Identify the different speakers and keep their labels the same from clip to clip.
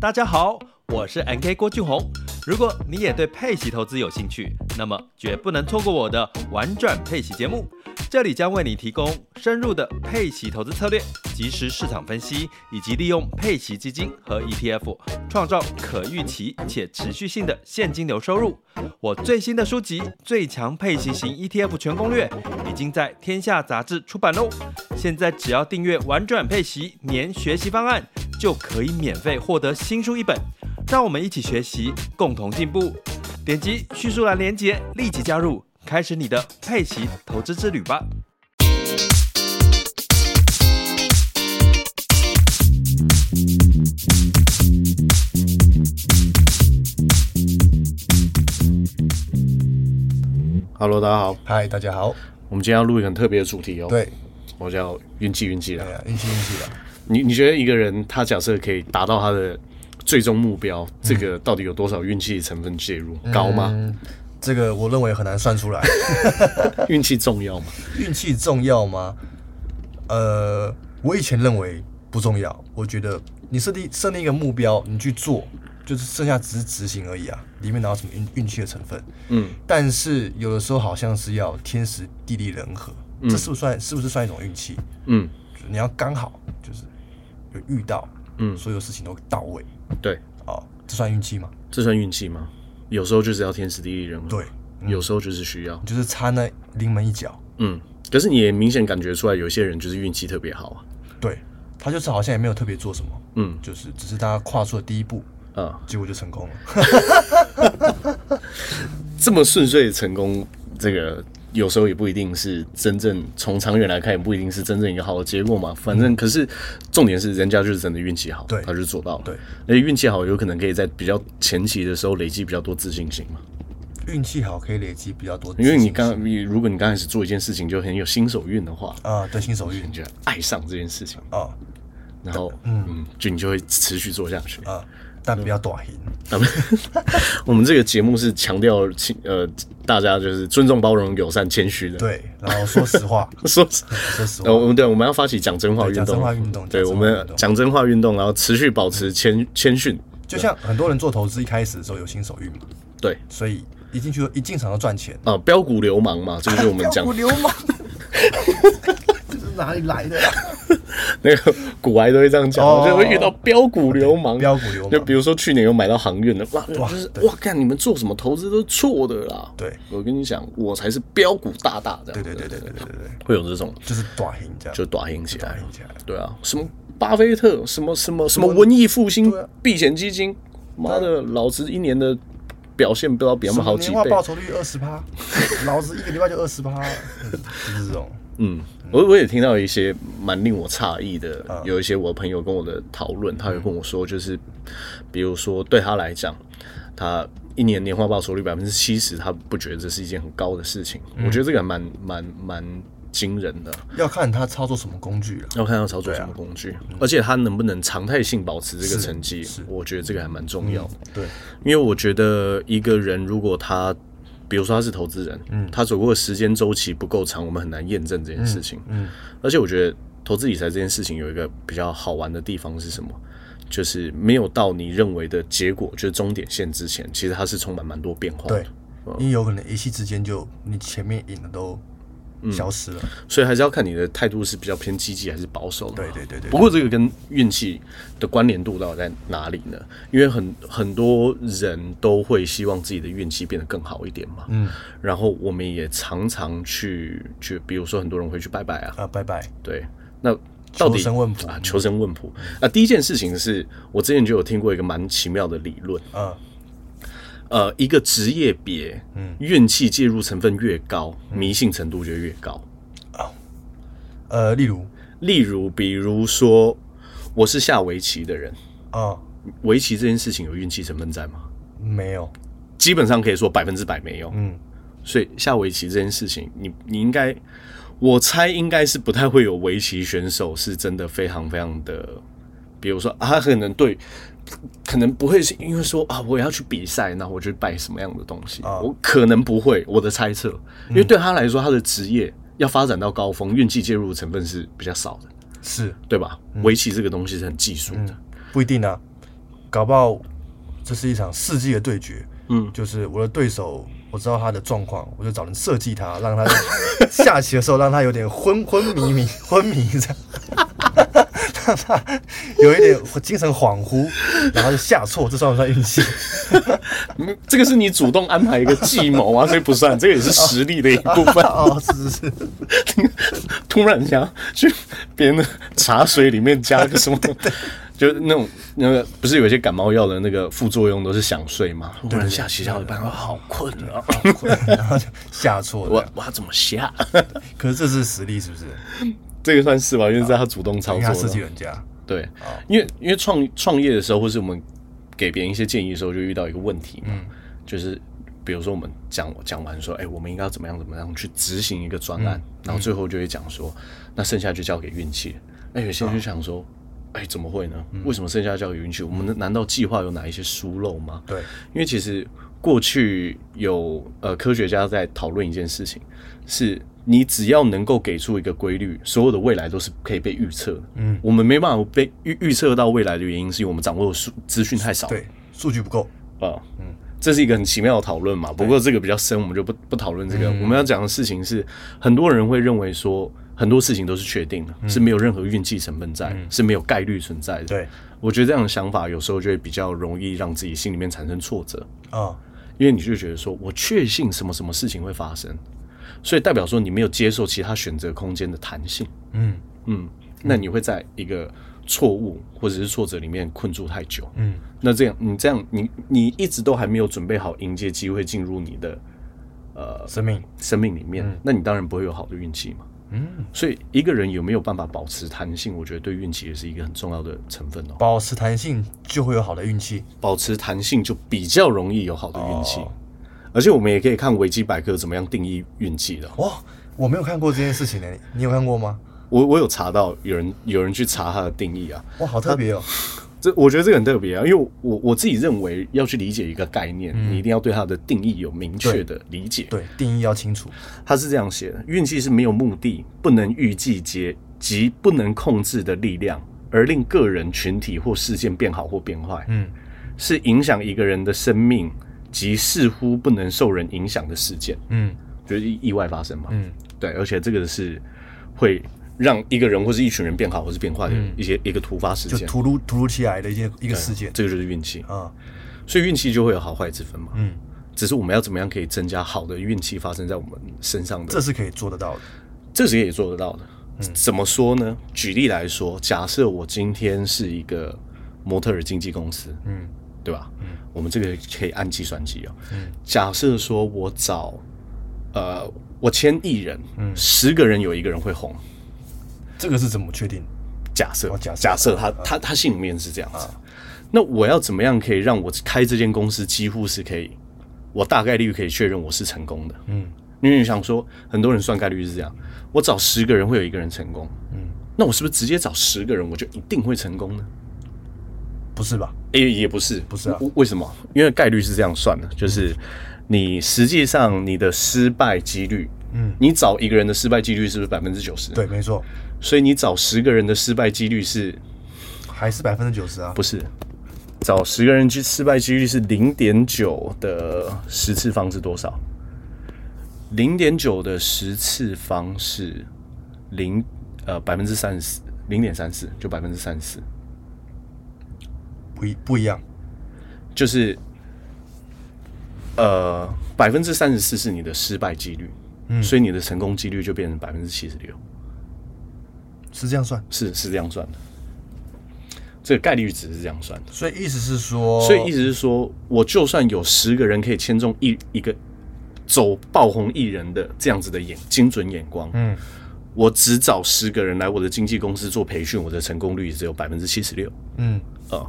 Speaker 1: 大家好，我是 NK 郭俊宏。如果你也对配息投资有兴趣，那么绝不能错过我的玩转配息节目。这里将为你提供深入的配息投资策略、及时市场分析，以及利用配息基金和 ETF 创造可预期且持续性的现金流收入。我最新的书籍《最强配息型 ETF 全攻略》已经在《天下》杂志出版喽。现在只要订阅“玩转配息年学习方案”，就可以免费获得新书一本。让我们一起学习，共同进步。点击叙述栏连接，立即加入，开始你的佩奇投资之旅吧。
Speaker 2: Hello，大家好，
Speaker 3: 嗨，大家好。
Speaker 2: 我们今天要录一个很特别的主题哦。，
Speaker 3: 对，
Speaker 2: 我叫运气运气啦
Speaker 3: 哎。呀，运气运气的。
Speaker 2: 你你觉得一个人他假设可以达到他的最终目标，这个到底有多少运气成分介入？高吗？
Speaker 3: 嗯，这个我认为很难算出来。
Speaker 2: 运气重要吗？
Speaker 3: 运气重要吗？呃，我以前认为不重要。我觉得你设定设定一个目标，你去做，就是剩下只是执行而已啊，里面哪有什么运运气的成分？
Speaker 2: 嗯，
Speaker 3: 但是有的时候好像是要天时地利人和，这是不是算是不是算一种运气？
Speaker 2: 嗯，
Speaker 3: 就是你要刚好就是有遇到，
Speaker 2: 嗯
Speaker 3: 所有事情都到位
Speaker 2: 对，
Speaker 3: 哦，这算运气吗？
Speaker 2: 这算运气吗？有时候就是要天时地利人和，
Speaker 3: 对，
Speaker 2: 有时候就是需要，
Speaker 3: 就是差那临门一脚。
Speaker 2: 嗯。可是你也明显感觉出来，有些人就是运气特别好啊
Speaker 3: 对，他就是好像也没有特别做什么，
Speaker 2: 嗯，
Speaker 3: 就是只是他跨出了第一步，
Speaker 2: 啊，啊，
Speaker 3: 结果就成功了。
Speaker 2: 这么顺遂的成功，这个有时候也不一定是真正从长远来看，也不一定是真正一个好的结果嘛。反正可是重点是，人家就是真的运气好，
Speaker 3: 对
Speaker 2: 他就做到了。
Speaker 3: 对，
Speaker 2: 而且运气好，有可能可以在比较前期的时候累积比较多自信心嘛。
Speaker 3: 运气好可以累积比较多自
Speaker 2: 因
Speaker 3: 信
Speaker 2: 为
Speaker 3: 心，
Speaker 2: 你刚，你如果你刚开始做一件事情就很有新手运的话，
Speaker 3: 啊，对新手运
Speaker 2: 你就爱上这件事情，
Speaker 3: 啊
Speaker 2: 然后嗯，就你就会持续做下去。
Speaker 3: 啊，但不要短赢，
Speaker 2: 咱们我们这个节目是强调请呃大家就是尊重、包容、友善、谦虚的。，
Speaker 3: 对，然后说实话，
Speaker 2: 说实
Speaker 3: 说实
Speaker 2: 呃，
Speaker 3: 话，
Speaker 2: 我们对，我们要发起讲真话运
Speaker 3: 对讲真话运
Speaker 2: 动，
Speaker 3: 动
Speaker 2: 对，
Speaker 3: 讲真话
Speaker 2: 我们
Speaker 3: 运动
Speaker 2: 讲真话运动，然后持续保持谦谦逊，
Speaker 3: 就像很多人做投资一开始的时候有新手运嘛，
Speaker 2: 对
Speaker 3: 所以一进去一进场就赚钱，
Speaker 2: 啊，标股流氓 嘛，这就是我们讲
Speaker 3: 我流氓，这是哪里来的？
Speaker 2: 那个股癌都会这样讲，
Speaker 3: 哦
Speaker 2: 就会遇到标股流氓，
Speaker 3: 标股流氓
Speaker 2: 就比如说去年有买到航运的，哇，就是
Speaker 3: 对
Speaker 2: 哇，看你们做什么投资都是错的啦。
Speaker 3: 对，
Speaker 2: 我跟你讲，我才是标股大大的，
Speaker 3: 对对对对对对对对，
Speaker 2: 会有这种
Speaker 3: 就是短赢这样，
Speaker 2: 就短赢起来
Speaker 3: 短，赢起来，
Speaker 2: 对啊，什么巴菲特，什么什么什么文艺复兴
Speaker 3: 对啊
Speaker 2: 避险基金，妈的，老子一年的表现不知道比他们好几
Speaker 3: 什么
Speaker 2: 倍
Speaker 3: 年化。报酬率二十趴， 老子一个礼拜就二十趴， 就是这种。
Speaker 2: 嗯，我我也听到一些蛮令我诧异的，有一些我朋友跟我的讨论，他有跟我说，就是比如说对他来讲，他一年年化报酬率百分之七十，他不觉得这是一件很高的事情。我觉得这个还蛮蛮蛮惊人的，
Speaker 3: 要看他操作什么工具了。
Speaker 2: 要看他操作什么工具，嗯而且他能不能常态性保持这个成绩
Speaker 3: 是，
Speaker 2: 我觉得这个还蛮重要的。
Speaker 3: 对，
Speaker 2: 因为我觉得一个人如果他，比如说他是投资人，嗯，他走过的时间周期不够长，我们很难验证这件事情，嗯，而且我觉得投资理财这件事情有一个比较好玩的地方是什么？就是没有到你认为的结果，就是终点线之前，其实它是充满蛮多变化的
Speaker 3: 对，，
Speaker 2: 嗯
Speaker 3: 因为有可能一夕之间就你前面赢的都消失了。
Speaker 2: 所以还是要看你的态度是比较偏积极还是保守的嘛。
Speaker 3: 对对对对
Speaker 2: 不过这个跟运气的关联度到底在哪里呢？因为很很多人都会希望自己的运气变得更好一点嘛。嗯。然后我们也常常去去，比如说很多人会去拜拜啊，
Speaker 3: 啊，拜拜。
Speaker 2: 对，那。到底
Speaker 3: 求神问卜
Speaker 2: 啊，求神问卜啊！第一件事情是我之前就有听过一个蛮奇妙的理论，
Speaker 3: 啊，
Speaker 2: 呃，一个职业别，运气介入成分越高，
Speaker 3: 嗯
Speaker 2: 迷信程度就越高。
Speaker 3: 呃，例如
Speaker 2: 例如，比如说，我是下围棋的人，
Speaker 3: 啊，
Speaker 2: 围棋这件事情有运气成分在吗？
Speaker 3: 没有，
Speaker 2: 基本上可以说百分之百没有。
Speaker 3: 嗯，
Speaker 2: 所以下围棋这件事情，你你应该，我猜应该是不太会有围棋选手是真的非常非常的，比如说啊，他可能对，可能不会是因为说啊，我要去比赛，那我就拜什么样的东西，我可能不会，我的猜测，因为对他来说，他的职业要发展到高峰，运气介入的成分是比较少的。
Speaker 3: 是
Speaker 2: 对吧？围棋这个东西是很技术的，
Speaker 3: 不一定啊。搞不好这是一场世纪的对决。
Speaker 2: 嗯
Speaker 3: 就是我的对手，我知道他的状况，我就找人设计他，让他下棋的时候让他有点昏 昏迷迷昏迷这样， 让他有一点精神恍惚，然后就下错，这算不算运气？
Speaker 2: 嗯，这个是你主动安排一个计谋啊，所以不算，这个也是实力的一部分。
Speaker 3: 哦，是是是，
Speaker 2: 突然想去别人的茶水里面加个什么，就是那种那个不是有些感冒药的那个副作用都是想睡吗？突然下棋下到一半，我好困啊，
Speaker 3: 然后就下错
Speaker 2: 我
Speaker 3: 了。
Speaker 2: 我要怎么下？
Speaker 3: 可是这是实力，是不是？
Speaker 2: 这个算是吧，因为是他主动操
Speaker 3: 因为他
Speaker 2: 作
Speaker 3: 设计
Speaker 2: 的。
Speaker 3: 人家，
Speaker 2: 对，因为因为创创业的时候，或是我们给别人一些建议的时候，就遇到一个问题嘛，就是比如说我们讲讲完说，哎、我们应该要怎么样怎么样去执行一个专案，然后最后就会讲说，那剩下就交给运气。哎、有些人就想说。哎，怎么会呢？为什么剩下交给运气？我们难道计划有哪一些疏漏吗？
Speaker 3: 对，
Speaker 2: 因为其实过去有呃科学家在讨论一件事情，是你只要能够给出一个规律，所有的未来都是可以被预测的。嗯，我们没办法被预预测到未来的原因，是因为我们掌握的数资讯太少。
Speaker 3: 对，数据不够，
Speaker 2: 啊，嗯，这是一个很奇妙的讨论嘛。不过这个比较深，我们就不不讨论这个。我们要讲的事情是，很多人会认为说，很多事情都是确定的，是没有任何运气成分在，是没有概率存在的。
Speaker 3: 对，
Speaker 2: 我觉得这样的想法有时候就会比较容易让自己心里面产生挫折。
Speaker 3: 啊、
Speaker 2: 因为你就觉得说我确信什么什么事情会发生，所以代表说你没有接受其他选择空间的弹性。
Speaker 3: 嗯
Speaker 2: 嗯，那你会在一个错误或者是挫折里面困住太久。
Speaker 3: 嗯，
Speaker 2: 那这样你这样你你一直都还没有准备好迎接机会进入你的呃
Speaker 3: 生命，
Speaker 2: 生命里面，那你当然不会有好的运气嘛。
Speaker 3: 嗯，
Speaker 2: 所以一个人有没有办法保持弹性，我觉得对运气也是一个很重要的成分哦。
Speaker 3: 保持弹性就会有好的运气。
Speaker 2: 保持弹性就比较容易有好的运
Speaker 3: 哦
Speaker 2: 气。而且我们也可以看维基百科怎么样定义运气的。
Speaker 3: 哇，我没有看过这件事情呢，你你有看过吗？
Speaker 2: 我我有查到有人有人去查它的定义啊，
Speaker 3: 哇，好特别哦。
Speaker 2: 这我觉得这个很特别啊，因为我我我自己认为要去理解一个概念，你一定要对它的定义有明确的理解。
Speaker 3: 嗯对，定义要清楚。
Speaker 2: 它是这样写的：运气是没有目的、不能预计及及不能控制的力量，而令个人、群体或事件变好或变坏。
Speaker 3: 嗯，
Speaker 2: 是影响一个人的生命及似乎不能受人影响的事件。
Speaker 3: 嗯
Speaker 2: 就是意意外发生嘛。
Speaker 3: 嗯，
Speaker 2: 对，而且这个是会让一个人或是一群人变好或是变坏的一些、一个突发事
Speaker 3: 嗯就
Speaker 2: 件。
Speaker 3: 突如突如其来的一件一个事件
Speaker 2: 这个就是运气，
Speaker 3: 啊，
Speaker 2: 所以运气就会有好坏之分嘛。
Speaker 3: 嗯，
Speaker 2: 只是我们要怎么样可以增加好的运气发生在我们身上的，
Speaker 3: 这是可以做得到的。
Speaker 2: 这是也做得到的。
Speaker 3: 嗯
Speaker 2: 怎么说呢？举例来说，假设我今天是一个模特儿经纪公司，
Speaker 3: 嗯
Speaker 2: 对吧？我们这个可以按计算机哦。假设说我找呃，我签艺人，
Speaker 3: 嗯
Speaker 2: 十个人有一个人会红，
Speaker 3: 这个是怎么确定？
Speaker 2: 假设、
Speaker 3: 哦假设嗯
Speaker 2: 他他他心里面是这样子。那我要怎么样可以让我开这间公司几乎是可以，我大概率可以确认我是成功的？
Speaker 3: 嗯，
Speaker 2: 因为你想说，很多人算概率是这样，我找十个人会有一个人成功，
Speaker 3: 嗯，
Speaker 2: 那我是不是直接找十个人我就一定会成功呢？
Speaker 3: 不是吧？
Speaker 2: 也也不是，
Speaker 3: 不是啊嗯
Speaker 2: 为为什么？因为概率是这样算的，就是你实际上你的失败几率，
Speaker 3: 嗯，
Speaker 2: 你找一个人的失败几率是不是百分之九十？，
Speaker 3: 对，没错，
Speaker 2: 所以你找十个人的失败几率是
Speaker 3: 还是百分之九十啊。
Speaker 2: 不是，找十个人去失败几率是零点九的十次方是多少？零点九的十次方是零呃百分之三十四，零点三四就百分之三十四，
Speaker 3: 不一不一样。
Speaker 2: 就是呃百分之三十四是你的失败几率，所以你的成功几率就变成百分之七十六，
Speaker 3: 是这样算，
Speaker 2: 是是这样算的。这个概率值是这样算的。
Speaker 3: 所以意思是说，
Speaker 2: 所以意思是说，我就算有十个人可以签中一一个走爆红艺人的这样子的眼精准眼光，嗯，我只找十个人来我的经纪公司做培训，我的成功率只有百分之七十六
Speaker 3: 嗯，
Speaker 2: 啊。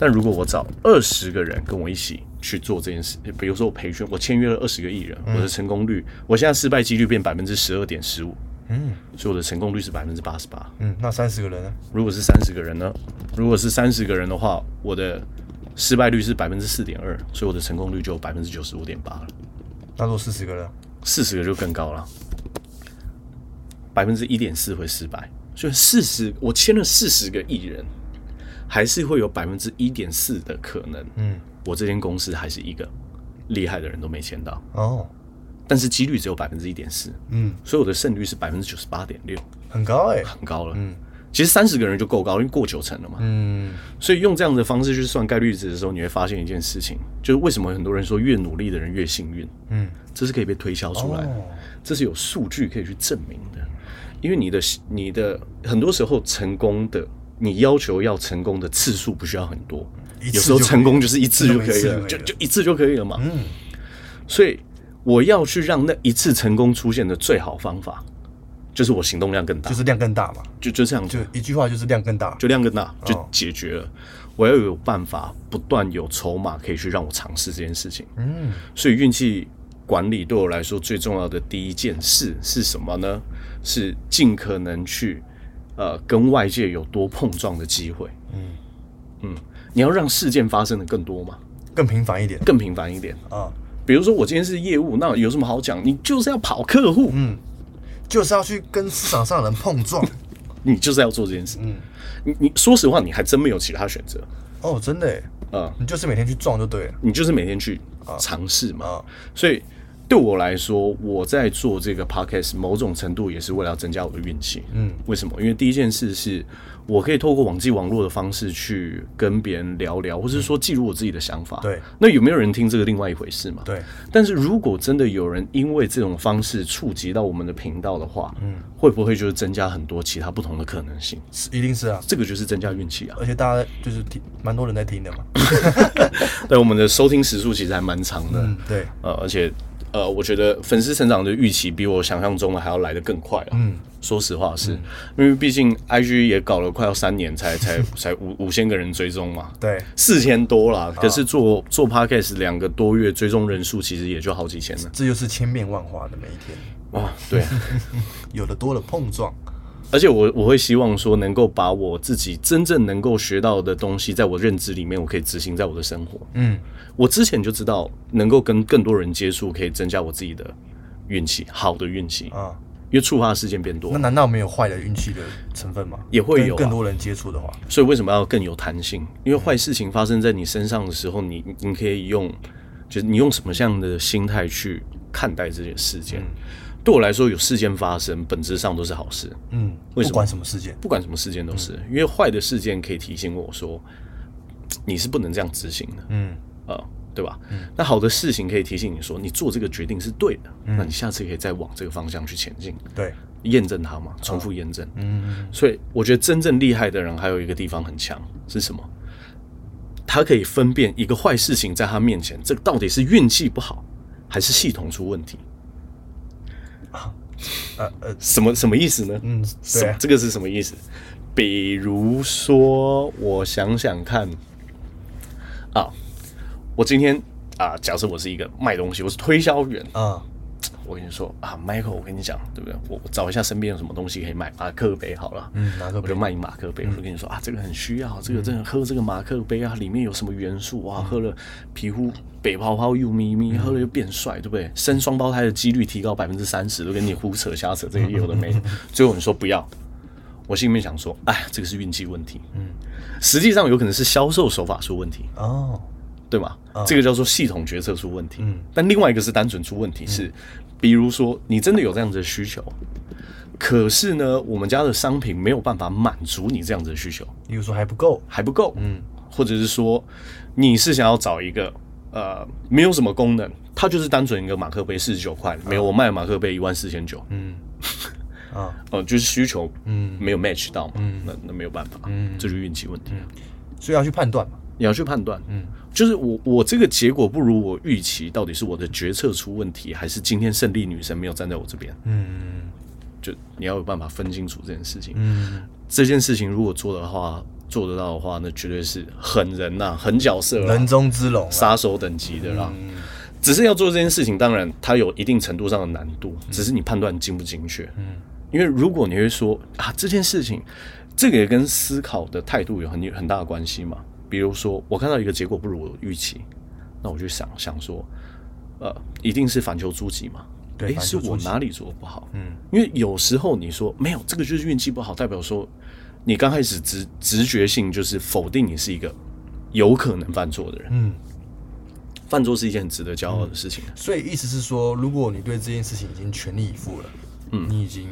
Speaker 2: 但如果我找二十个人跟我一起去做这件事，比如说我培训，我签约了二十个艺人，
Speaker 3: 嗯
Speaker 2: 我的成功率，我现在失败几率变百分之十二点十五，
Speaker 3: 嗯
Speaker 2: 所以我的成功率是百分之八十八。
Speaker 3: 嗯，那三十个人呢？
Speaker 2: 如果是三十个人呢？如果是三十个人的话，我的失败率是百分之四点二，所以我的成功率就百分之九十五点八了。
Speaker 3: 那如果四十个人呢，
Speaker 2: 四十个就更高了，百分之一点四会失败。所以四十，我签了四十个艺人，还是会有百分之一点四的可能，
Speaker 3: 嗯，
Speaker 2: 我这间公司还是一个厉害的人都没签到，
Speaker 3: 哦，
Speaker 2: 但是几率只有百分之一点四，
Speaker 3: 嗯，
Speaker 2: 所以我的胜率是百分之九十八点六，
Speaker 3: 很高哎、
Speaker 2: 很高了。
Speaker 3: 嗯
Speaker 2: 其实三十个人就够高，因为过九成了嘛。
Speaker 3: 嗯，
Speaker 2: 所以用这样的方式去算概率值的时候，你会发现一件事情，就是为什么很多人说越努力的人越幸运，
Speaker 3: 嗯，
Speaker 2: 这是可以被推销出来的，
Speaker 3: 哦
Speaker 2: 这是有数据可以去证明的。因为你的你的很多时候成功的，你要求要成功的次数不需要很多，
Speaker 3: 一次
Speaker 2: 有时候
Speaker 3: 就可以
Speaker 2: 成功就是一次就可以
Speaker 3: 一
Speaker 2: 了，
Speaker 3: 次就可
Speaker 2: 就
Speaker 3: 以了
Speaker 2: 就一次就可以了嘛。
Speaker 3: 嗯，
Speaker 2: 所以我要去让那一次成功出现的最好方法，就是我行动量更大，
Speaker 3: 就是量更大嘛，
Speaker 2: 就就这样子
Speaker 3: 就。一句话就是量更大，
Speaker 2: 就量更大
Speaker 3: 哦
Speaker 2: 就解决了。我要有办法不断有筹码可以去让我尝试这件事情，
Speaker 3: 嗯
Speaker 2: 所以运气管理对我来说最重要的第一件事是什么呢？是尽可能去呃跟外界有多碰撞的机会。
Speaker 3: 嗯，
Speaker 2: 嗯，你要让事件发生的更多嘛，
Speaker 3: 更频繁一点
Speaker 2: 更频繁一点。
Speaker 3: 啊，
Speaker 2: 比如说我今天是业务，那有什么好讲？你就是要跑客户，
Speaker 3: 嗯就是要去跟市场上的人碰 撞。
Speaker 2: 你就是要做这件事。
Speaker 3: 嗯，
Speaker 2: 你你说实话，你还真没有其他选择
Speaker 3: 哦，真的欸，
Speaker 2: 啊、呃
Speaker 3: 你就是每天去撞就对了
Speaker 2: 你就是每天去尝试嘛。
Speaker 3: 啊，
Speaker 2: 所以对我来说，我在做这个 podcast，某种程度也是为了要增加我的运气。
Speaker 3: 嗯，
Speaker 2: 为什么？因为第一件事是我可以透过网际网络的方式去跟别人聊聊，或是说记录我自己的想法。
Speaker 3: 嗯对，
Speaker 2: 那有没有人听这个另外一回事嘛？。
Speaker 3: 对，
Speaker 2: 但是如果真的有人因为这种方式触及到我们的频道的话，嗯，会不会就是增加很多其他不同的可能性？
Speaker 3: 是一定是啊，
Speaker 2: 这个就是增加运气啊。
Speaker 3: 而且大家就是听，蛮多人在听的嘛。
Speaker 2: 对，我们的收听时数其实还蛮长的。
Speaker 3: 嗯，对，
Speaker 2: 呃，而且呃，我觉得粉丝成长的预期比我想象中的还要来得更快啊。嗯，说实话是，因为毕竟 IG 也搞了快要三年才， 才才五五千个人追踪嘛。
Speaker 3: 对
Speaker 2: 四千多啦，可是做、做 podcast 两个多月，追踪人数其实也就好几千了。
Speaker 3: 这就是千变万化的每一天，
Speaker 2: 哇，对，啊
Speaker 3: 有的多了碰撞，
Speaker 2: 而且我我会希望说，能够把我自己真正能够学到的东西，在我认知里面，我可以执行在我的生活。
Speaker 3: 嗯，
Speaker 2: 我之前就知道，能够跟更多人接触，可以增加我自己的运气，好的运气。
Speaker 3: 啊，
Speaker 2: 因为触发的事件变多
Speaker 3: 那，难道没有坏的运气的成分吗？
Speaker 2: 也会有啊
Speaker 3: 跟更多人接触的话，
Speaker 2: 所以为什么要更有弹性？因为坏事情发生在你身上的时候，你你可以用，就是你用什么样的心态去看待这些事件。对我来说，有事件发生，本质上都是好事，
Speaker 3: 嗯，
Speaker 2: 为什么
Speaker 3: 不管什么事件，
Speaker 2: 不管什么事件都是。因为坏的事件可以提醒我说，你是不能这样执行的，
Speaker 3: 嗯，
Speaker 2: 呃，对吧？那好的事情可以提醒你说，你做这个决定是对的，那你下次可以再往这个方向去前进。
Speaker 3: 对，
Speaker 2: 验证它嘛，重复验证。
Speaker 3: 嗯，
Speaker 2: 所以我觉得真正厉害的人还有一个地方很强是什么？他可以分辨一个坏事情在他面前，这个到底是运气不好，还是系统出问题？
Speaker 3: 呃呃，
Speaker 2: 什么什么意思呢？
Speaker 3: 嗯，
Speaker 2: 什
Speaker 3: 对
Speaker 2: 么
Speaker 3: 啊，
Speaker 2: 这个是什么意思？比如说，我想想看啊，我今天啊，假设我是一个卖东西，我是推销员，
Speaker 3: 啊，
Speaker 2: 我跟你说啊，Michael，我跟你讲，对不对？我我找一下身边有什么东西可以买马克杯好了，
Speaker 3: 嗯马克杯嗯
Speaker 2: 我就卖你马克杯，我就跟你说啊，这个很需要，这个真的喝这个马克杯啊，里面有什么元素
Speaker 3: 嗯
Speaker 2: 啊，喝了皮肤北泡泡又咪咪，喝了又变帅，对不对？生双胞胎的几率提高百分之三十，都跟你胡扯瞎扯，这个有的没
Speaker 3: 嗯
Speaker 2: 的。最后你说不要，我心里面想说，哎，这个是运气问题，嗯，实际上有可能是销售手法出问题，
Speaker 3: 哦，
Speaker 2: 对吗？这个叫做系统决策出问题。
Speaker 3: 嗯
Speaker 2: 但另外一个是单纯出问题，是比如说你真的有这样子的需求，可是呢，我们家的商品没有办法满足你这样子的需求，
Speaker 3: 例如说还不够，
Speaker 2: 还不够。嗯，或者是说你是想要找一个呃没有什么功能，它就是单纯一个马克杯四十九块，没有我卖马克杯一万四千九，
Speaker 3: 嗯，啊，
Speaker 2: 呃，就是需求
Speaker 3: 嗯
Speaker 2: 没有 match 到嘛，那那没有办法，这就是运气问题啊。
Speaker 3: 所以要去判断嘛，
Speaker 2: 你要去判断，嗯，就是我我这个结果不如我预期，到底是我的决策出问题，还是今天胜利女神没有站在我这边？
Speaker 3: 嗯
Speaker 2: 就你要有办法分清楚这件事情。
Speaker 3: 嗯，
Speaker 2: 这件事情如果做的话，做得到的话，那绝对是狠人呐、狠角色啦
Speaker 3: 人中之龙啊，
Speaker 2: 杀手等级的啦。
Speaker 3: 嗯
Speaker 2: 只是要做这件事情，当然它有一定程度上的难度，
Speaker 3: 嗯
Speaker 2: 只是你判断精不精确。嗯，因为如果你会说啊，这件事情，这个也跟思考的态度有很很大的关系嘛。比如说，我看到一个结果不如我预期，那我就想想说，呃，一定是反求诸己嘛。
Speaker 3: 对
Speaker 2: 诶
Speaker 3: 反
Speaker 2: 是
Speaker 3: 求诸
Speaker 2: 我
Speaker 3: 己
Speaker 2: 哪里做的不好？
Speaker 3: 嗯，
Speaker 2: 因为有时候你说没有这个就是运气不好，代表说你刚开始直直觉性就是否定你是一个有可能犯错的人。
Speaker 3: 嗯，
Speaker 2: 犯错是一件很值得骄傲的事情。啊
Speaker 3: 所以意思是说，如果你对这件事情已经全力以赴了，嗯，你已经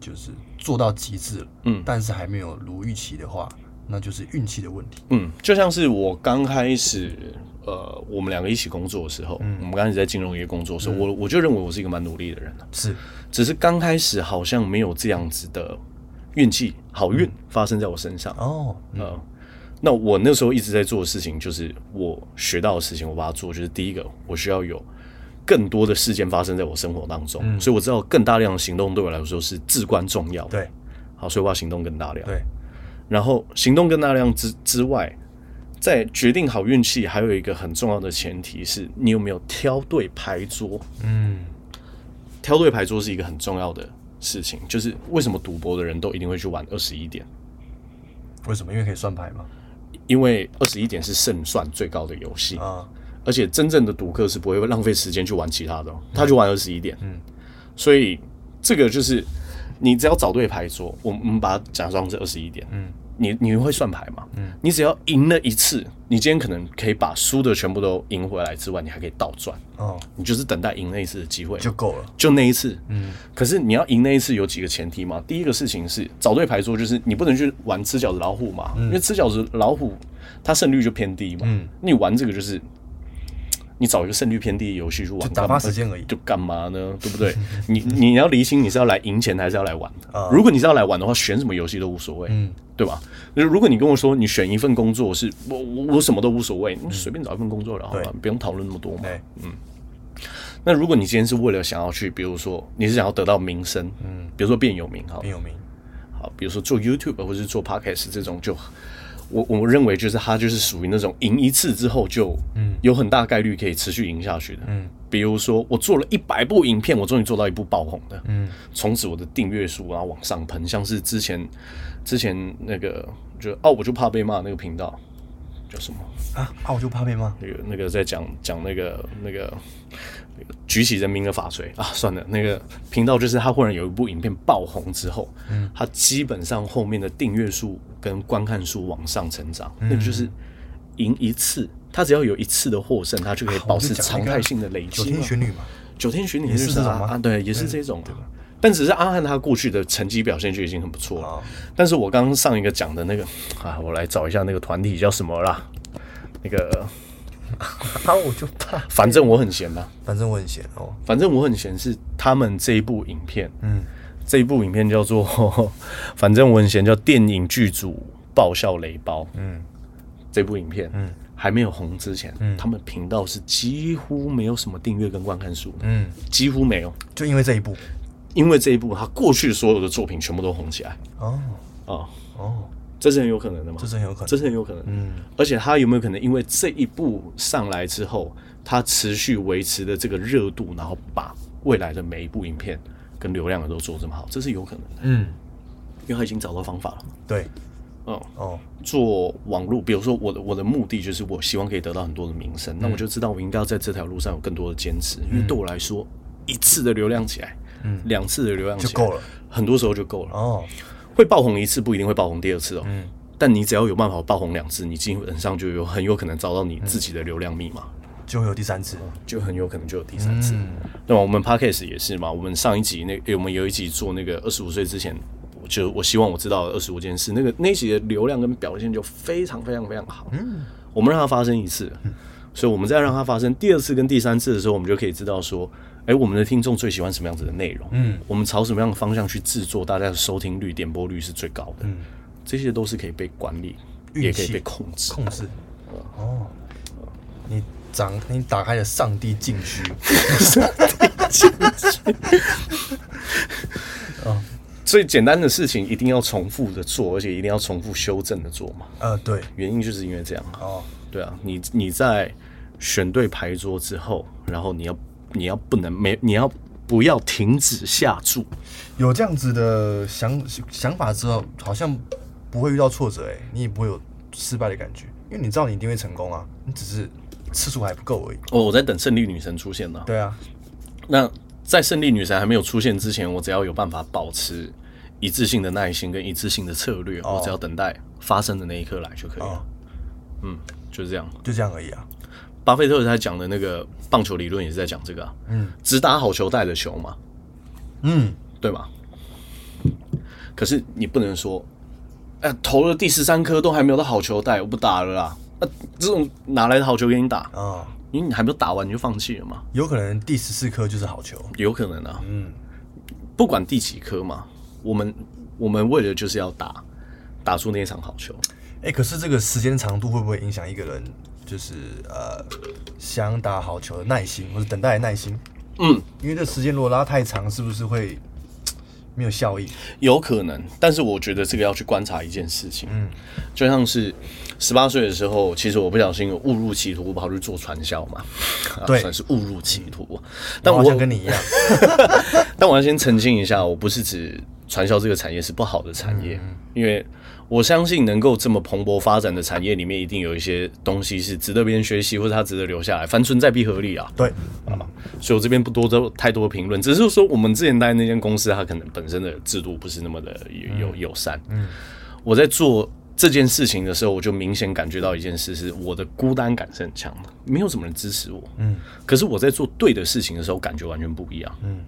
Speaker 3: 就是做到极致了，
Speaker 2: 嗯
Speaker 3: 但是还没有如预期的话，那就是运气的问题。
Speaker 2: 嗯，就像是我刚开始，呃，我们两个一起工作的时候，
Speaker 3: 嗯
Speaker 2: 我们刚开始在金融业工作的时候，我我就认为我是一个蛮努力的人了啊
Speaker 3: 是，
Speaker 2: 只是刚开始好像没有这样子的运气好运发生在我身上。
Speaker 3: 哦，嗯
Speaker 2: 呃，那我那时候一直在做的事情，就是我学到的事情，我把它做，就是第一个，我需要有更多的事件发生在我生活当中，
Speaker 3: 嗯
Speaker 2: 所以我知道更大量的行动对我来说是至关重要的。
Speaker 3: 对
Speaker 2: 好，所以我要行动更大量。
Speaker 3: 对，
Speaker 2: 然后行动更大量之之外，在决定好运气，还有一个很重要的前提是你有没有挑对牌桌。
Speaker 3: 嗯，
Speaker 2: 挑对牌桌是一个很重要的事情，就是为什么赌博的人都一定会去玩二十一点，
Speaker 3: 为什么？因为可以算牌嘛。
Speaker 2: 因为二十一点是胜算最高的游戏。
Speaker 3: 啊，
Speaker 2: 而且真正的赌客是不会浪费时间去玩其他的、哦，他就玩二十一点。嗯，所以这个就是你只要找对牌桌，我们我们把它假装是二十一点。嗯，你你会算牌吗？嗯，你只要赢了一次，你今天可能可以把输的全部都赢回来之外，你还可以倒赚，
Speaker 3: 哦，
Speaker 2: 你就是等待赢那一次的机会，
Speaker 3: 就够了。
Speaker 2: 就那一次。嗯，可是你要赢那一次有几个前提嘛？第一个事情是找对牌桌，就是你不能去玩吃饺子老虎
Speaker 3: 嗯
Speaker 2: 嘛，因为吃饺子老虎它胜率就偏低嘛。嗯，你玩这个就是嘖你找一个胜率偏低的游戏去玩，
Speaker 3: 就打发时间而已
Speaker 2: 就干嘛 呢？对不对？你你要厘清你是要来赢钱的还是要来玩的。
Speaker 3: 啊
Speaker 2: 如果你是要来玩的话，选什么游戏都无所谓。
Speaker 3: 嗯，
Speaker 2: 对吧？如果你跟我说你选一份工作是我我我什么都无所谓，你随便找一份工作然后
Speaker 3: 对
Speaker 2: 不用讨论那么多嘛。
Speaker 3: 对，
Speaker 2: 那如果你今天是为了想要去，比如说你是想要得到名声，嗯，比如说变有名，好
Speaker 3: 很，有名。
Speaker 2: 好，比如说做 YouTube 或者是做 Podcast 这种就，我我认为就是它就是属于那种赢一次之后就，嗯，有很大概率可以持续赢下去的，嗯。比如说，我做了一百部影片，我终于做到一部爆红的，嗯，从此我的订阅数啊然后往上喷，像是之前之前那个就哦，我就怕被骂那个频道叫什么？
Speaker 3: 啊啊！我就怕被骂。
Speaker 2: 那个那个在讲讲那个那个那个举起人民的法锤啊，算了，那个频道就是他忽然有一部影片爆红之后，嗯，他基本上后面的订阅数跟观看数往上成长，
Speaker 3: 嗯
Speaker 2: 那个就是赢一次，他只要有一次的获胜，他就可以
Speaker 3: 啊
Speaker 2: 保
Speaker 3: 我就
Speaker 2: 持
Speaker 3: 讲
Speaker 2: 常
Speaker 3: 那个
Speaker 2: 态性的累积
Speaker 3: 九
Speaker 2: 嘛。
Speaker 3: 天玄女嘛，
Speaker 2: 九天巡礼
Speaker 3: 也是
Speaker 2: 就是
Speaker 3: 这
Speaker 2: 啊
Speaker 3: 种吗
Speaker 2: 啊，对，也是这种，但只是阿汉他过去的成绩表现就已经很不错了
Speaker 3: 哦。
Speaker 2: 但是我刚刚上一个讲的那个啊，我来找一下那个团体叫什么啦，那个
Speaker 3: 啊，我就怕。
Speaker 2: 反正我很闲吧。
Speaker 3: 反正我很闲哦。
Speaker 2: 反正我很闲是他们这一部影片，
Speaker 3: 嗯，
Speaker 2: 这一部影片叫做 《反正我很闲》，叫电影剧组爆笑雷包。
Speaker 3: 嗯，
Speaker 2: 这部影片，嗯，还没有红之前，他们频道是几乎没有什么订阅跟观看数的，
Speaker 3: 嗯，
Speaker 2: 几乎没有。
Speaker 3: 就因为这一部。
Speaker 2: 因为这一部他过去所有的作品全部都红起来
Speaker 3: 哦
Speaker 2: 啊、
Speaker 3: 哦，
Speaker 2: 这是很有可能的嘛？
Speaker 3: 这是很有可能。
Speaker 2: 这是很有可能。嗯，而且他有没有可能因为这一部上来之后，他持续维持的这个热度，然后把未来的每一部影片跟流量都做这么好，这是有可能的，
Speaker 3: 嗯，
Speaker 2: 因为他已经找到方法了嘛。
Speaker 3: 对
Speaker 2: 嗯，
Speaker 3: 哦，
Speaker 2: 做网络，比如说我的我的目的就是我希望可以得到很多的名声，那我就知道我应该要在这条路上有更多的坚持，因为对我来说，一次的流量起来，嗯，两次的流量起来
Speaker 3: 就够了，
Speaker 2: 很多时候就够了。
Speaker 3: 哦，
Speaker 2: 会爆红一次不一定会爆红第二次哦。但你只要有办法爆红两次，你基本上就有很有可能找到你自己的流量密码，
Speaker 3: 就会有第三次。
Speaker 2: 就很有可能就有第三次。那么我们 podcast 也是嘛，我们上一集那、诶我们有一集做那个二十五岁之前，我就我希望我知道二十五件事，那个那一集的流量跟表现就非常非常非常好。我们让它发生一次，所以我们再让它发生第二次跟第三次的时候，我们就可以知道说，诶，我们的听众最喜欢什么样子的内容，嗯，我们朝什么样的方向去制作，大家的收听率、点播率是最高的，嗯，这些都是可以被管理，
Speaker 3: 运气
Speaker 2: 也可以被控制。
Speaker 3: 控制。哦，你长你打开了上帝禁 区。
Speaker 2: 哦最简单的事情一定要重复的做，而且一定要重复修正的做嘛。
Speaker 3: 呃，对，
Speaker 2: 原因就是因为这样啊，
Speaker 3: 哦，
Speaker 2: 对啊，你你在选对牌桌之后，然后你要你要不能没你要不要停止下注，
Speaker 3: 有这样子的想想法之后，好像不会遇到挫折、欸，你也不会有失败的感觉，因为你知道你一定会成功啊，你只是次数还不够而已。
Speaker 2: 哦，我在等胜利女神出现呢、
Speaker 3: 对啊，
Speaker 2: 那在胜利女神还没有出现之前，我只要有办法保持一致性的耐心跟一致性的策略，
Speaker 3: 哦
Speaker 2: 我只要等待发生的那一刻来就可以了。
Speaker 3: 哦
Speaker 2: 嗯，就是这样。
Speaker 3: 就这样而已啊。
Speaker 2: 巴菲特他讲的那个棒球理论也是在讲这个、啊，
Speaker 3: 嗯
Speaker 2: 只打好球带的球嘛，
Speaker 3: 嗯，
Speaker 2: 对吗？可是你不能说，哎、投了第十三颗都还没有到好球带，我不打了啦。那、这种哪来的好球给你打？
Speaker 3: 哦，
Speaker 2: 因为你还没有打完你就放弃了嘛，
Speaker 3: 有可能第十四颗就是好球。
Speaker 2: 有可能啊。
Speaker 3: 嗯，
Speaker 2: 不管第几颗嘛，我们我们为了就是要打打出那一场好球。
Speaker 3: 哎、可是这个时间长度会不会影响一个人，就是呃，想打好球的耐心或者等待的耐心？
Speaker 2: 嗯，
Speaker 3: 因为这时间如果拉太长，是不是会嘖没有效益？
Speaker 2: 有可能，但是我觉得这个要去观察一件事情。
Speaker 3: 嗯，
Speaker 2: 就像是十八岁的时候，其实我不小心有误入歧途，我跑去做传销嘛，啊
Speaker 3: 对
Speaker 2: 算是误入歧途。但
Speaker 3: 但
Speaker 2: 我
Speaker 3: 我好像跟你一 样，
Speaker 2: 但我要先澄清一下，我不是指传销这个产业是不好的产业，
Speaker 3: 嗯
Speaker 2: 因为我相信能够这么蓬勃发展的产业里面，一定有一些东西是值得别人学习，或者它值得留下来。凡存在必合理啊，
Speaker 3: 对，嗯
Speaker 2: 所以我这边不多做太多的评论，只是说我们之前待的那间公司，它可能本身的制度不是那么的友友友善。嗯，我在做这件事情的时候，我就明显感觉到一件事，是我的孤单感是很强的，没有什么人支持我。嗯，可是我在做对的事情的时候，感觉完全不一样。嗯，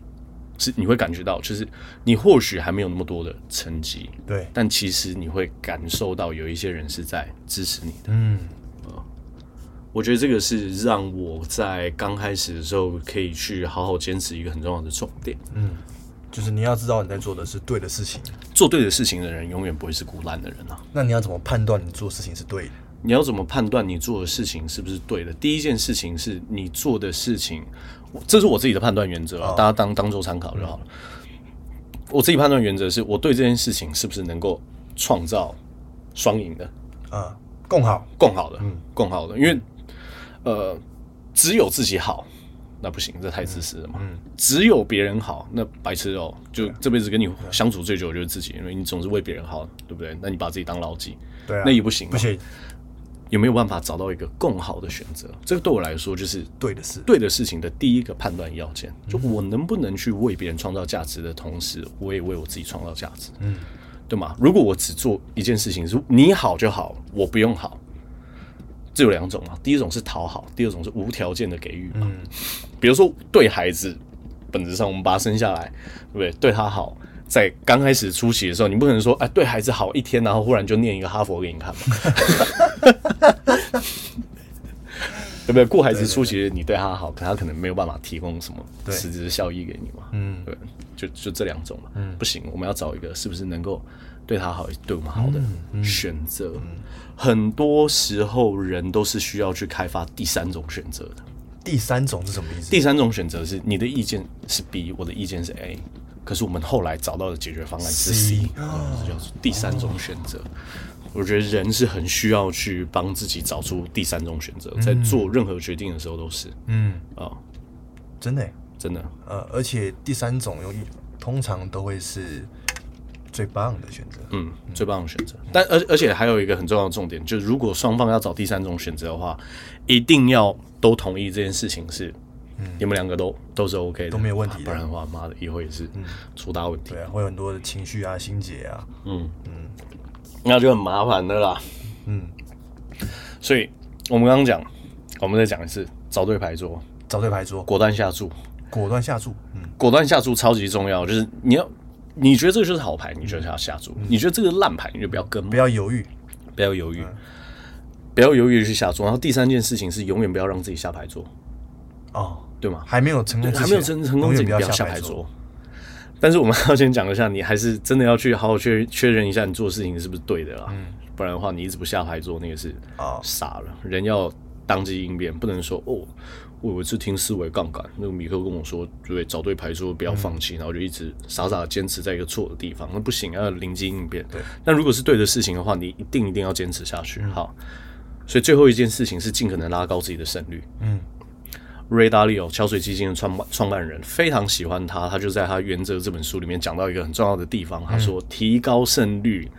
Speaker 2: 是你会感觉到，就是你或许还没有那么多的成绩，
Speaker 3: 对，
Speaker 2: 但其实你会感受到有一些人是在支持你的。
Speaker 3: 嗯，
Speaker 2: 我觉得这个是让我在刚开始的时候可以去好好坚持一个很重要的重点。
Speaker 3: 就是你要知道你在做的是对的事情。
Speaker 2: 做对的事情的人永远不会是孤单的人啊！
Speaker 3: 那你要怎么判断你做事情是对的？
Speaker 2: 你要怎么判断你做的事情是不是对的？第一件事情是你做的事情，我这是我自己的判断原则啊，大家当当做参考就好了。我自己判断原则是我对这件事情是不是能够创造双赢的，
Speaker 3: 啊、共好，
Speaker 2: 共好的，共好的，因为呃，只有自己好，那不行，这太自私了嘛。只有别人好，那白痴哦、就这辈子跟你相处最久的就是自己，因为你总是为别人好，对不对？那你把自己当老几，
Speaker 3: 对啊，
Speaker 2: 那也不行嘛
Speaker 3: 不行，
Speaker 2: 有没有办法找到一个更好的选择？这个对我来说就是
Speaker 3: 对的事，
Speaker 2: 对的事情的第一个判断要件，就我能不能去为别人创造价值的同时，我也为我自己创造价值，嗯，对吗？如果我只做一件事情，是你好就好，我不用好，这有两种嘛。第一种是讨好，第二种是无条件的给予嘛。比如说对孩子，本质上我们把他生下来，对不对？对他好。在刚开始出席的时候，你不可能说，哎，对孩子好一天，然后忽然就念一个哈佛给你看嘛，对不对？顾孩子出席，你对他好，可他可能没有办法提供什么
Speaker 3: 对
Speaker 2: 实质的效益给你嘛。嗯，对，就就这两种嘛。嗯，不行，我们要找一个是不是能够对他好、对我们好的选择。很多时候，人都是需要去开发第三种选择的。
Speaker 3: 第三种是什么意思？
Speaker 2: 第三种选择是你的意见是 B，我的意见是 A，可是我们后来找到的解决方案是 C，,
Speaker 3: C
Speaker 2: 嗯这叫做第三种选择。我觉得人是很需要去帮自己找出第三种选择，在做任何决定的时候都是
Speaker 3: 嗯，
Speaker 2: 啊、
Speaker 3: 真的耶，
Speaker 2: 真的
Speaker 3: 呃，而且第三种用通常都会是最棒的选择。
Speaker 2: 嗯，最棒的选择。但而而且还有一个很重要的重点，就是如果双方要找第三种选择的话，一定要都同意这件事情是，你们两个都都是 OK 的，
Speaker 3: 嗯
Speaker 2: 啊
Speaker 3: 都没有问题的嗯
Speaker 2: 不然的话，妈的，以后也是出大问题。
Speaker 3: 对啊，会有很多的情绪啊、心结啊。
Speaker 2: 那就很麻烦的啦。
Speaker 3: 嗯，
Speaker 2: 所以我们刚刚讲，我们再讲一次，找对牌桌，
Speaker 3: 找对牌桌，
Speaker 2: 果断下注，
Speaker 3: 果断下注。嗯，
Speaker 2: 果断下注超级重要，就是你要。你觉得这个就是好牌，你就是要下注；
Speaker 3: 嗯
Speaker 2: 你觉得这个烂牌，你就不要跟嘛
Speaker 3: 不，要犹豫。
Speaker 2: 不要犹豫，
Speaker 3: 嗯
Speaker 2: 不要犹豫地去下注。然后第三件事情是，永远不要让自己下牌桌，
Speaker 3: 哦，
Speaker 2: 对吗？
Speaker 3: 还没有成功之前，
Speaker 2: 还没有真成
Speaker 3: 永
Speaker 2: 功之
Speaker 3: 远
Speaker 2: 前，
Speaker 3: 不
Speaker 2: 不要
Speaker 3: 下
Speaker 2: 下牌
Speaker 3: 桌。
Speaker 2: 桌。但是我们要先讲一下，你还是真的要去好好确确认一下你做的事情是不是对的啦，
Speaker 3: 嗯
Speaker 2: 不然的话你一直不下牌桌，那个是
Speaker 3: 哦
Speaker 2: 傻了。人要当机应变，不能说哦，我有一次听思维杠杆，那个米克跟我说，对，找对牌桌不要放弃，然后就一直傻傻的坚持在一个错的地方，那不行，要灵机应变。对，但如果是对的事情的话，你一定一定要坚持下去。好，所以最后一件事情是尽可能拉高自己的胜率。Ray Dalio 桥水基金的创办创办人非常喜欢他，他就在他《原则》这本书里面讲到一个很重要的地方，他说提高胜率，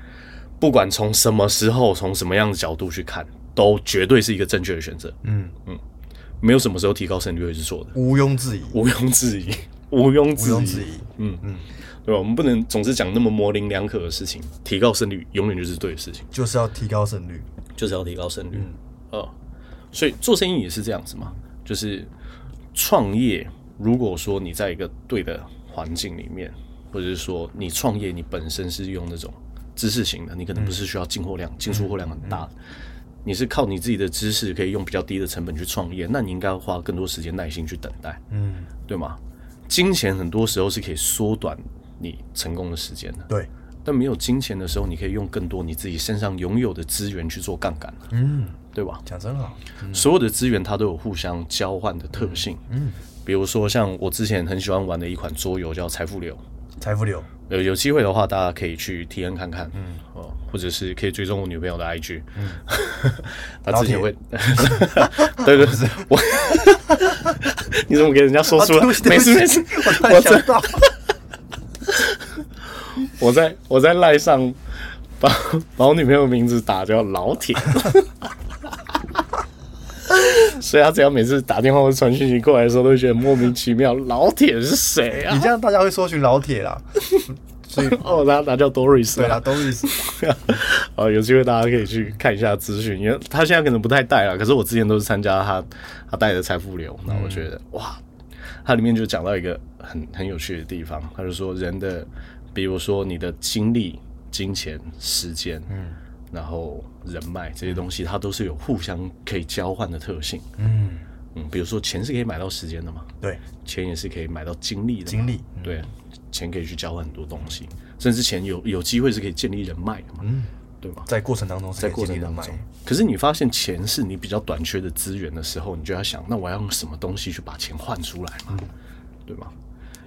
Speaker 2: 不管从什么时候、从什么样的角度去看，都绝对是一个正确的选择。嗯嗯，没有什么时候提高胜率会是错的，
Speaker 3: 毋庸置疑。
Speaker 2: 毋庸置疑。 毋庸
Speaker 3: 毋
Speaker 2: 置
Speaker 3: 庸
Speaker 2: 疑，
Speaker 3: 置疑。
Speaker 2: 嗯
Speaker 3: 嗯，
Speaker 2: 对吧？我们不能总是讲那么模棱两可的事情，提高胜率永远就是对的事情，
Speaker 3: 就是要提高胜率。
Speaker 2: 就是要提高胜率。
Speaker 3: 嗯
Speaker 2: 呃，所以做生意也是这样子嘛，就是创业，如果说你在一个对的环境里面，或者是说你创业，你本身是用那种知识型的，你可能不是需要进货量、
Speaker 3: 嗯
Speaker 2: 进出货量很大的。你是靠你自己的知识，可以用比较低的成本去创业，那你应该要花更多时间、耐心去等待。
Speaker 3: 嗯，
Speaker 2: 对吗？金钱很多时候是可以缩短你成功的时间的，
Speaker 3: 对，
Speaker 2: 但没有金钱的时候，你可以用更多你自己身上拥有的资源去做杠杆，
Speaker 3: 嗯，
Speaker 2: 对吧？
Speaker 3: 讲真好。
Speaker 2: 所有的资源它都有互相交换的特性，嗯，比如说像我之前很喜欢玩的一款桌游叫《财富流》，呃
Speaker 3: 财富流，
Speaker 2: 有有机会的话，大家可以去体验看看，嗯，哦，或者是可以追踪我女朋友的 IG，嗯， 她之前会， 对对对，我， 你怎么给人家
Speaker 3: 啊
Speaker 2: 说出来？没事没事，
Speaker 3: 我突然 想到，
Speaker 2: 我在我在赖上把把我女朋友名字打叫老铁，所以她只要每次打电话或传讯息过来的时候，都会觉得莫名其妙，老铁是谁
Speaker 3: 你
Speaker 2: 啊？
Speaker 3: 这样大家会搜寻老铁啦。所以，
Speaker 2: 哦，她她叫 Doris，
Speaker 3: 对啦，
Speaker 2: 啊，
Speaker 3: 都是
Speaker 2: 哦，有机会大家可以去看一下资讯，因为她现在可能不太带了，可是我之前都是参加她她带的财富流，那我觉得、哇，它里面就讲到一个很很有趣的地方，他就说人的，比如说你的精力、金钱、时间，嗯，然后人脉这些东西，它都是有互相可以交换的特性。
Speaker 3: 嗯，
Speaker 2: 嗯，比如说钱是可以买到时间的嘛，
Speaker 3: 对，
Speaker 2: 钱也是可以买到精力的嘛，
Speaker 3: 经历，
Speaker 2: 对，啊嗯钱可以去交换很多东西，甚至钱有有机会是可以建立人脉的嘛，
Speaker 3: 嗯，
Speaker 2: 对吧？
Speaker 3: 在过程当中是
Speaker 2: 在
Speaker 3: 可以
Speaker 2: 过程
Speaker 3: 经历的
Speaker 2: 当
Speaker 3: 买
Speaker 2: 中，，可是你发现钱是你比较短缺的资源的时候，你就要想，那我要用什么东西去把钱换出来嘛？对吧？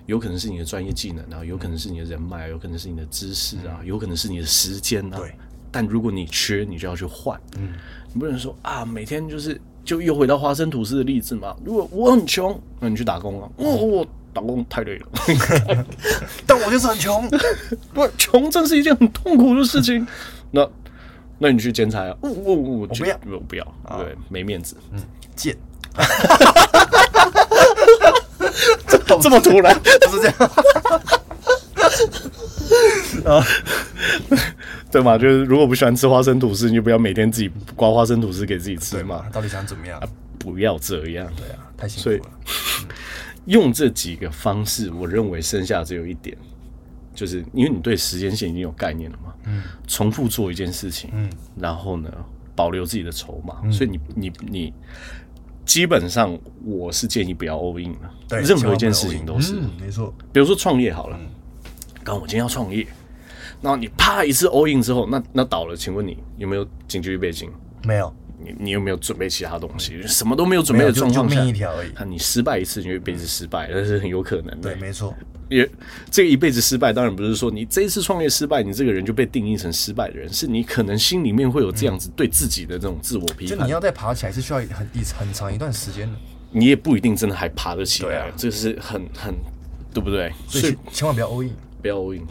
Speaker 2: 有可能是你的专业技能啊，有可能是你的人脉啊，有可能是你的知识啊，有可能是你的时间啊。
Speaker 3: 对。
Speaker 2: 但如果你缺，你就要去换。嗯。你不能说啊，每天就是就又回到花生吐司的例子嘛。如果我很穷，那你去打工啊。哦，我打工太累了。
Speaker 3: 但我就是 很穷，
Speaker 2: 不，穷真是一件很痛苦的事 情。那，那你去兼差啊？我我我我
Speaker 3: 不要啊
Speaker 2: 我不要，对，没面子，
Speaker 3: 贱，
Speaker 2: 这么突然，
Speaker 3: 就 是这样。
Speaker 2: 啊 对嘛？就是如果不喜欢吃花生吐司，你就不要每天自己刮花生吐司给自己吃
Speaker 3: 对嘛
Speaker 2: 嘛？，
Speaker 3: 到底想怎么样？
Speaker 2: 不要这样。
Speaker 3: 对啊，太辛
Speaker 2: 啊所以
Speaker 3: 苦了。
Speaker 2: 用这几个方式，我认为剩下只有一点，就是因为你对时间线已经有概念了嘛，嗯，重复做一件事情，嗯，然后呢，保留自己的筹码，
Speaker 3: 嗯
Speaker 2: 所以你你你基本上我是建议不要 all in 了，
Speaker 3: 对，
Speaker 2: 任
Speaker 3: 千
Speaker 2: 何
Speaker 3: 万
Speaker 2: 一件
Speaker 3: 不能
Speaker 2: 事情
Speaker 3: all in
Speaker 2: 都是，
Speaker 3: 嗯没错，
Speaker 2: 比如说创业好了，刚、我今天要创业，然后你啪一次 all in 之后，那那倒了，请问你有没有紧急预备金？
Speaker 3: 没有，
Speaker 2: 你你有没有准备其他东西？什么都没有准
Speaker 3: 没
Speaker 2: 备
Speaker 3: 有
Speaker 2: 的
Speaker 3: 就
Speaker 2: 状
Speaker 3: 就
Speaker 2: 况下
Speaker 3: 命一，条而已。
Speaker 2: 看你失败一次，你就一辈子失败，那是很有可能的
Speaker 3: 对，。没错，
Speaker 2: 也这个一辈子失败，当然不是说你这一次创业失败，你这个人就被定义成失败的人，是你可能心里面会有这样子对自己的这种自我批
Speaker 3: 嗯就
Speaker 2: 判
Speaker 3: 你，要再爬起来是需要很一很长一段时间的，
Speaker 2: 你也不一定真的还爬得起
Speaker 3: 对
Speaker 2: 来
Speaker 3: 啊，
Speaker 2: 这是很很对不对？
Speaker 3: 所以千万不要 all in。
Speaker 2: 不要 all in。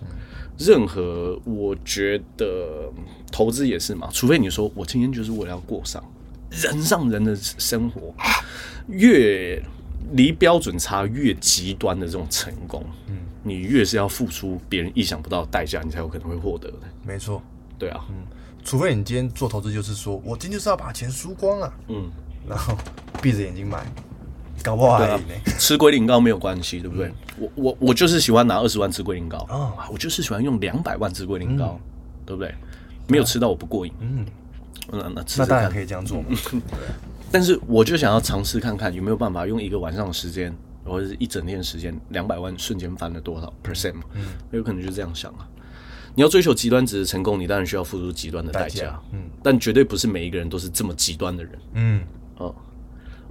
Speaker 2: 任何我觉得投资也是嘛，除非你说我今天就是为了要过上人上人的生活，越离标准差越极端的这种成功，嗯，你越是要付出别人意想不到的代价，你才有可能会获得的。
Speaker 3: 没错，
Speaker 2: 对啊，
Speaker 3: 嗯除非你今天做投资，就是说我今天就是要把钱输光啊，
Speaker 2: 嗯，
Speaker 3: 然后闭着眼睛买，搞不好还
Speaker 2: 对啊
Speaker 3: 赢呢。欸
Speaker 2: 吃龟苓膏没有关系，对不对？我我我就是喜欢拿二十万吃龟苓膏
Speaker 3: 嗯哦嗯
Speaker 2: 啊，我就是喜欢用两百万吃龟苓膏，对不对？没有吃到我不过瘾，嗯，那那吃
Speaker 3: 那
Speaker 2: 吃
Speaker 3: 当
Speaker 2: 看
Speaker 3: 然。可以这 样做嘛。
Speaker 2: 但是我就想要尝试看看有没有办法用一个晚上的时间，或者是一整天的时间，两百万瞬间翻了多少 percent 嘛？
Speaker 3: 嗯
Speaker 2: 有可能就这样想啊。你要追求极端值的成功，你当然需要付出极端的代
Speaker 3: 代
Speaker 2: 价
Speaker 3: 价，嗯，
Speaker 2: 但绝对不是每一个人都是这么极端的人
Speaker 3: 嗯，
Speaker 2: 啊、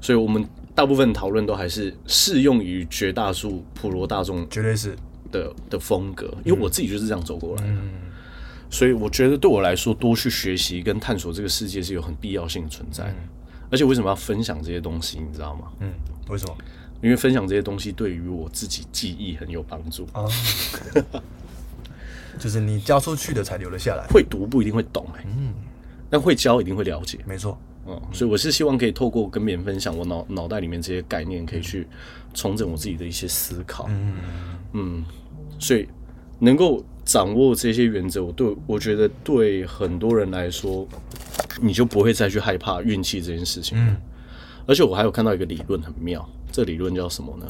Speaker 2: 所以我们大部分讨论都还是适用于绝大多数普罗大众
Speaker 3: 绝对是。
Speaker 2: 的的风格，
Speaker 3: 嗯
Speaker 2: 因为我自己就是这样走过来的，所以我觉得对我来说，多去学习跟探索这个世界是有很必要性的存在的。而且为什么要分享这些东西，你知道吗？
Speaker 3: 嗯，为什么
Speaker 2: 因为分享这些东西对于我自己记忆很有帮助。
Speaker 3: 啊？ 就是你交出去的才留得下来。
Speaker 2: 嗯会读不一定会懂、欸，但会教一定会了解。
Speaker 3: 没错，
Speaker 2: 嗯，所以我是希望可以透过跟别人分享我脑脑袋里面这些概念，可以去重整我自己的一些思考。嗯所以能够掌握这些原则，我对我觉得对很多人来说，你就不会再去害怕运气这件事情。嗯，而且我还有看到一个理论很妙，这理论叫什么呢？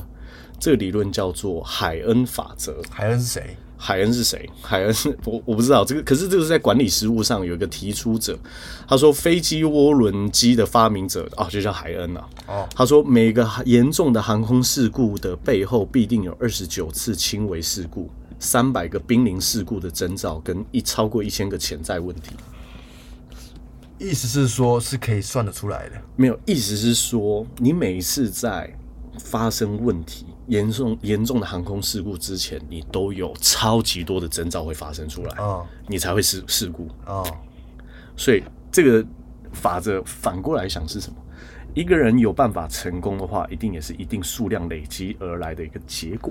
Speaker 2: 这个理论叫做海恩法则。
Speaker 3: 海恩是谁？
Speaker 2: 海恩是谁？海恩是我我不知道这个，可是这个是在管理实务上有一个提出者，他说飞机涡轮机的发明者啊，就叫海恩啊。
Speaker 3: 哦
Speaker 2: 他说每个严重的航空事故的背后必定有二十九次轻微事故，三百个濒临事故的征兆，跟一超过一千个潜在问题。
Speaker 3: 意思是说，是可以算得出来的。
Speaker 2: 没有，意思是说，你每一次在发生问题、严重严重的航空事故之前，你都有超级多的征兆会发生出来，
Speaker 3: 哦
Speaker 2: 你才会事事故。
Speaker 3: 哦，
Speaker 2: 所以这个法则反过来想是什么？一个人有办法成功的话，一定也是一定数量累积而来的一个结果，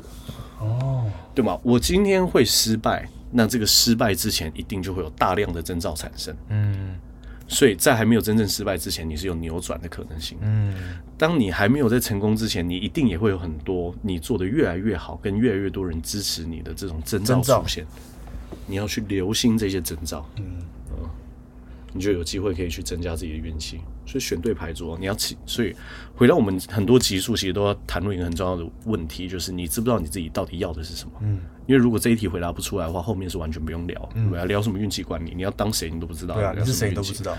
Speaker 3: 哦，
Speaker 2: 对吗？我今天会失败，那这个失败之前一定就会有大量的征兆产生，
Speaker 3: 嗯
Speaker 2: 所以在还没有真正失败之前，你是有扭转的可能性。
Speaker 3: 嗯
Speaker 2: 当你还没有在成功之前，你一定也会有很多你做的越来越好，跟越来越多人支持你的这种征兆
Speaker 3: 征兆
Speaker 2: 出现。你要去留心这些征兆，嗯、你就有机会可以去增加自己的运气。所以选对牌桌，你要起。所以回到我们很多集数，其实都要谈论一个很重要的问题，就是你知不知道你自己到底要的是什么？嗯，因为如果这一题回答不出来的话，后面是完全不用聊。嗯，要聊什么运气管理，你要当谁你都不知道。
Speaker 3: 对啊，
Speaker 2: 要
Speaker 3: 你
Speaker 2: 什
Speaker 3: 是
Speaker 2: 么
Speaker 3: 谁
Speaker 2: 运
Speaker 3: 都不
Speaker 2: 气
Speaker 3: 知道，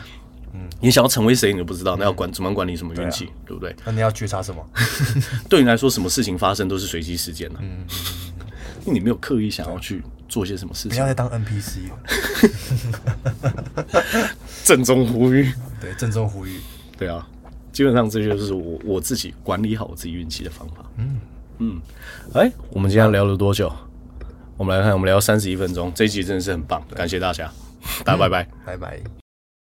Speaker 3: 嗯
Speaker 2: 你想要成为谁你都不知道，那要管怎么样管理什
Speaker 3: 啊
Speaker 2: 么运气，对不对？
Speaker 3: 那你要觉察什么？
Speaker 2: 对你来说，什么事情发生都是随机事件的、嗯，因为你没有刻意想要去做些什么事
Speaker 3: 不
Speaker 2: 情
Speaker 3: 要。再当 NPC 了。
Speaker 2: 正中呼吁，
Speaker 3: 对，郑重呼吁，
Speaker 2: 对啊，基本上这就是我我自己管理好我自己运气的方法。嗯嗯，哎，我们今天聊了多久？我们来看，我们聊三十一分钟，这一集真的是很棒，感谢大家，大家拜拜。
Speaker 3: 拜拜。